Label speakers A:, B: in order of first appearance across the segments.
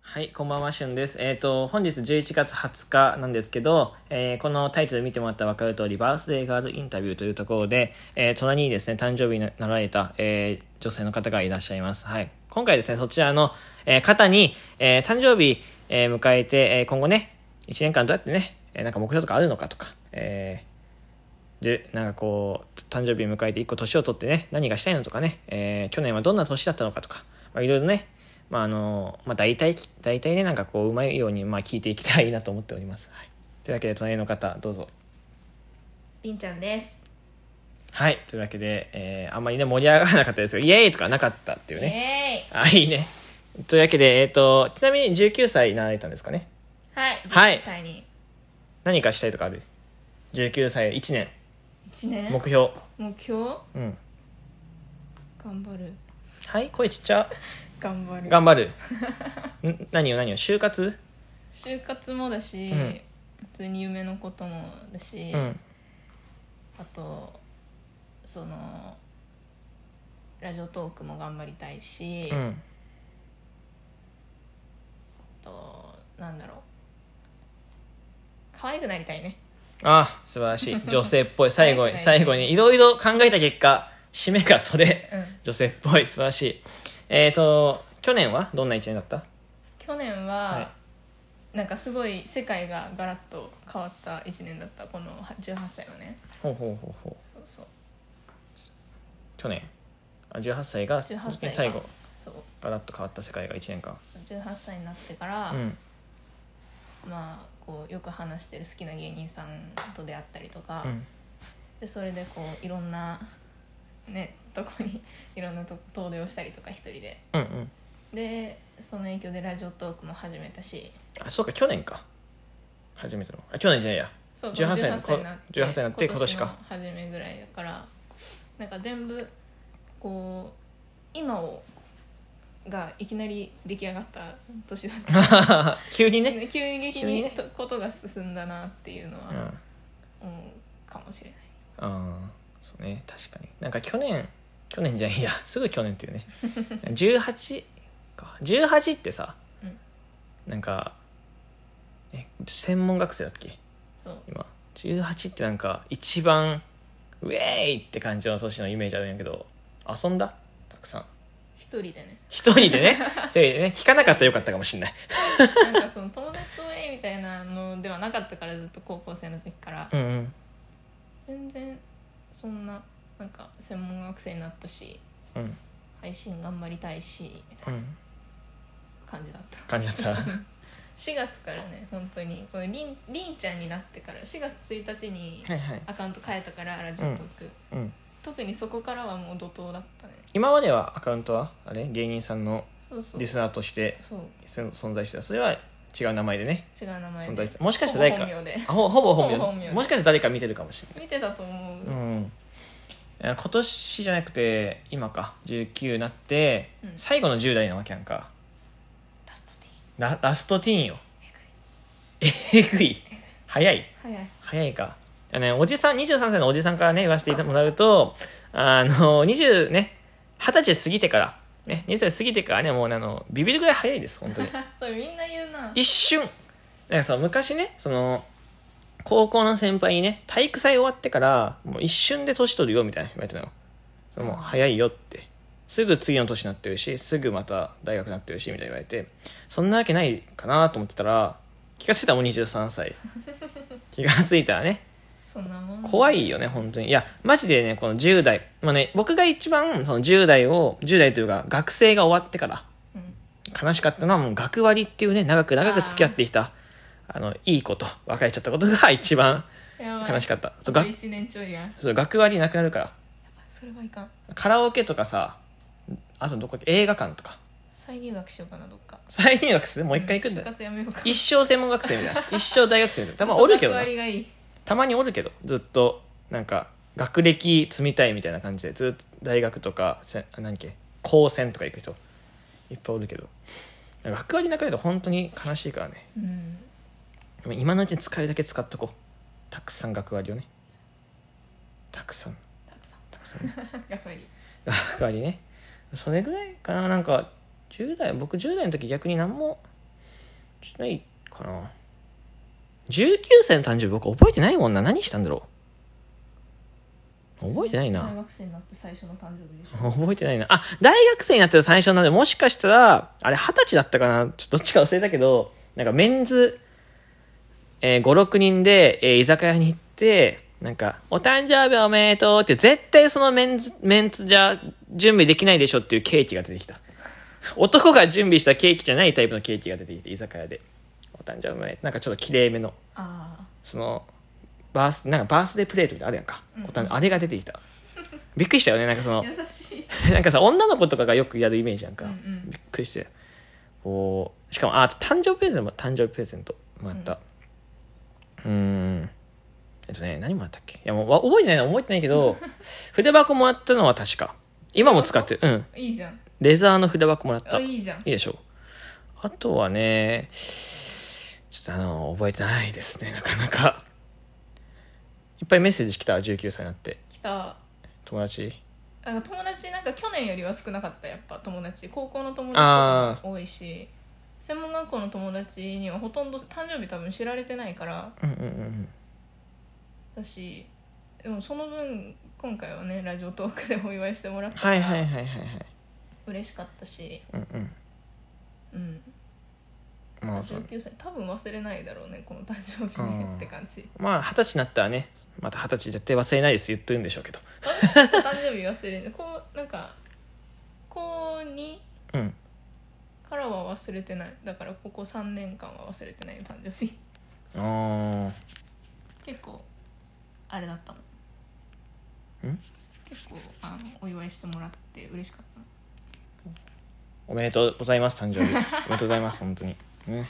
A: はい、こんばんは、しゅんです。えっ、と、本日11月20日なんですけど、えーこのタイトル見てもらったら分かる通り、バースデーガールインタビューというところで、えー隣にですね、誕生日になられた、えー女性の方がいらっしゃいます。はい。今回ですね、そちらの、えー方に、えー誕生日、えー迎えて、えー今後ね、1年間どうやってね、えーなんか目標とかあるのかとか、えーでなんかこう誕生日を迎えて1個年を取ってね何がしたいのとかね、えー去年はどんな年だったのかとかまあいろいろねまああの、まあ、大体大体ねなんかこううまいようにまあ聞いていきたいなと思っております、はい、というわけで隣の方どうぞ
B: りんちゃんです。
A: はいというわけで、えーあんまりね盛り上がらなかったですがイエーイとかなかったっていうね
B: ええ
A: あいいねというわけでえっ、とちなみに19歳になられたんですかね
B: はい。
A: はい
B: 19歳に
A: 何かしたいとかある19歳1年
B: 一年
A: 目標
B: 目標
A: うん
B: 頑張る
A: はい声ちっちゃ
B: 頑張る。
A: 頑張るん何を何を就活
B: 就活もだし、
A: うん
B: 普通に夢のこともだし、
A: うん
B: あとそのラジオトークも頑張りたいし、
A: う
B: あ
A: ん
B: となんだろう可愛くなりたいね。
A: あ素晴らしい 女性っぽい最後
B: はい
A: に
B: はい
A: 最後にいろいろ考えた結果締めがそれ
B: うん。
A: 女性っぽい素晴らしいえっ、ー、と去年はどんな1年だった
B: 去年は、
A: は
B: なんかすごい世界がガラッと変わった一年だったこの18歳はね
A: ほうほうほうほう
B: そうそう
A: 去年あ18歳が
B: 18歳が
A: 最後
B: そう
A: ガラッと変わった世界が1年間
B: 18歳になってから、
A: うん
B: まあこうよく話してる好きな芸人さんと出会ったりとか、
A: うん
B: でそれでこういろんなねとこに いろんなとこ遠出をしたりとか一人で
A: うんうん
B: でその影響でラジオトークも始めたし
A: あそうか去年か初めてのあ去年じゃないや
B: そう
A: 18歳の
B: 18になって
A: 18歳になって今年か
B: 今年の初めぐらいだからなんか全部こう今をがいきなり出来上がった年だった
A: 急にね、
B: 急激
A: 急に
B: に
A: ね
B: とことが進んだなっていうのは、
A: うん
B: 思うかもしれない
A: ああそうね確かになんか去年去年じゃんいや すぐ去年っていうね18か18ってさ、
B: うん
A: なんかえ専門学生だっけ
B: そう
A: 今18ってなんか一番ウェーイって感じの年のイメージあるんやけど遊んだたくさん
B: 一人でね
A: 一人で ねそういうね聞かなかったらよかったかもしんない
B: なんかその友達とウェイみたいなのではなかったからずっと高校生の時から
A: うんうん
B: 全然そんななんか専門学生になったし
A: うん
B: 配信頑張りたいしみた
A: う
B: いなん感じだった
A: 感じだ った
B: 4月からね本当にこのりんりんちゃんになってから4月1日に
A: はいはい
B: アカウント変えたからラジオトーク、
A: うん
B: 特にそこからはもう怒涛だったね
A: 今まではアカウントはあれ芸人さんの
B: そうそう
A: リスナーとして
B: そう
A: せ存在してたそれは違う名前でね
B: 違う名前
A: 存
B: で
A: 在してもしかしたら誰か
B: ほぼ本名で
A: あほほぼ本名
B: ほぼ本名
A: もしかしたら誰か見てるかもし
B: 見てたと思う、
A: れない、うん、えー今年じゃなくて今か19になって、
B: うん
A: 最後の10代なわけやんか
B: ラストティ
A: ララストティーンよえぐい早い
B: ーン早い
A: 早いかあのね、おじさん23歳のおじさんからね言わせてもらうとあの20ね20歳過ぎてからね20歳過ぎてからねもうねあのビビるぐらい早いです本当に
B: それみんな言うな
A: 一瞬なんかそう昔ねその高校の先輩にね体育祭終わってからもう一瞬で年取るよみたいな言われてたのそれもう早いよってすぐ次の年になってるしすぐまた大学になってるしみたいな言われてそんなわけないかなと思ってたら気がついたらもう23歳 気がついたらね
B: そんなもん
A: 怖いよね本当にいやマジでねこの10代まあね僕が一番その10代を10代というか学生が終わってから
B: うん
A: 悲しかったのはもう学割っていうね長く長く付き合ってきたあのいい子と別れちゃったことが一番
B: やばい
A: 悲しかったそう
B: あ
A: が
B: と1年ちょいややばい
A: そう学割なくなるから
B: それはいかん
A: カラオケとかさあとどこだっけ映画館とか
B: 再入学しようかなどっか
A: 再入学するもう一回行くんだ
B: 就
A: よ
B: 活やめようか
A: 一生専門学生みたいな一生大学生みたいなたまにおるけど
B: 学
A: な
B: 割がいい
A: たまにおるけどずっとなんか学歴積みたいみたいな感じでずっと大学とかせあ何っけ高専とか行く人いっぱいおるけど学割なくなると本当に悲しいからね
B: うん
A: もう今のうちに使えるだけ使っとこうたくさん学割をねたくさん
B: たくさん
A: たくさん
B: 学割
A: 学割ねそれぐらいかななんか10代僕10代の時逆に何もしないかな。19歳の誕生日僕覚えてないもんな。何したんだろう。覚えてない
B: 大
A: な。
B: 学生になって最初の誕生日でしょ
A: 覚えてないな。あ、大学生になってた最初なんで、もしかしたら、あれ二十歳だったかな。ちょっとどっちか忘れたけど、なんかメンズ、えー、5、6人で、えー居酒屋に行って、なんか、お誕生日おめでとうって、絶対そのメンズ、メンツじゃ準備できないでしょっていうケーキが出てきた。男が準備したケーキじゃないタイプのケーキが出てきて、居酒屋で。お誕生日おめでとうなんかちょっときれいめの。
B: ああ
A: そのバースなんかバースデープレートみたいなのあるやんか、おたあれが出てきたびっくりしたよねなんかその
B: 優し い
A: なんかさ女の子とかがよくやるイメージやんか、
B: うんうん
A: びっくりしてこうしかもああと誕生日プレゼントも誕生日プレゼントもらったうーんえっとね何もらったっけいやもうわ覚えてないな覚えてないけ ど筆箱もらったのは確か今も使ってるうん
B: いいじゃん
A: レザーの筆箱もらっ
B: あ
A: た
B: いいじゃん
A: いいでしょう。あとはね、ちょっとあの、覚えてないですね、なかなか。いっぱいメッセージ来た、19歳になって。
B: 来た
A: 友達。
B: なんか友達なんか去年よりは少なかったやっぱ友達高校の友達と
A: あ
B: かが多いし専門学校の友達にはほとんど誕生日多分知られてないから
A: うんうんうん
B: だしでもその分今回はねラジオトークでお祝いしてもらったか
A: はいはい
B: ら
A: はいはいはい。
B: 嬉しかったし、
A: うんうん。
B: うん
A: まあそう。
B: 19歳多分忘れないだろうねこの誕生日
A: う
B: ね
A: ん
B: って感じ
A: まあ、二十歳になったらね、また二十歳絶対忘れないです言ってるんでしょうけど。
B: 誕生日忘れないこうなん か高2
A: うん。
B: からは忘れてないだからここ3年間は忘れてない誕生日
A: あ
B: 結構あれだったもん
A: ん
B: 結構あのお祝いしてもらって嬉しかった
A: おめでとうございます、誕生日。おめでとうございます、本当に。ね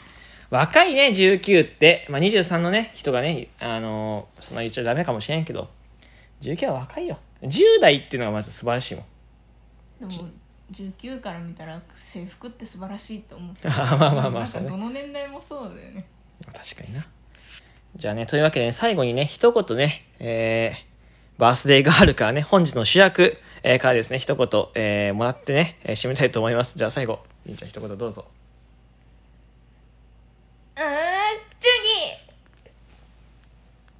A: 若いね、19って。まあ、23のね、人がね、あのーそんな言っちゃダメかもしれんけど、19は若いよ。10代っていうのがまず素晴らしいもん。
B: でも19から見たら制服って素晴らしいと思って
A: あ ーまあまあま
B: な
A: あ
B: ん
A: そ
B: か
A: うね
B: どの年代もそうだよね
A: 確かになじゃあねというわけで、ね、最後にね一言ねえー、バースデーガールからね本日の主役、えーからですね一言、えーもらってね、えー締めたいと思いますじゃあ最後りんちゃん一言どうぞ
B: うん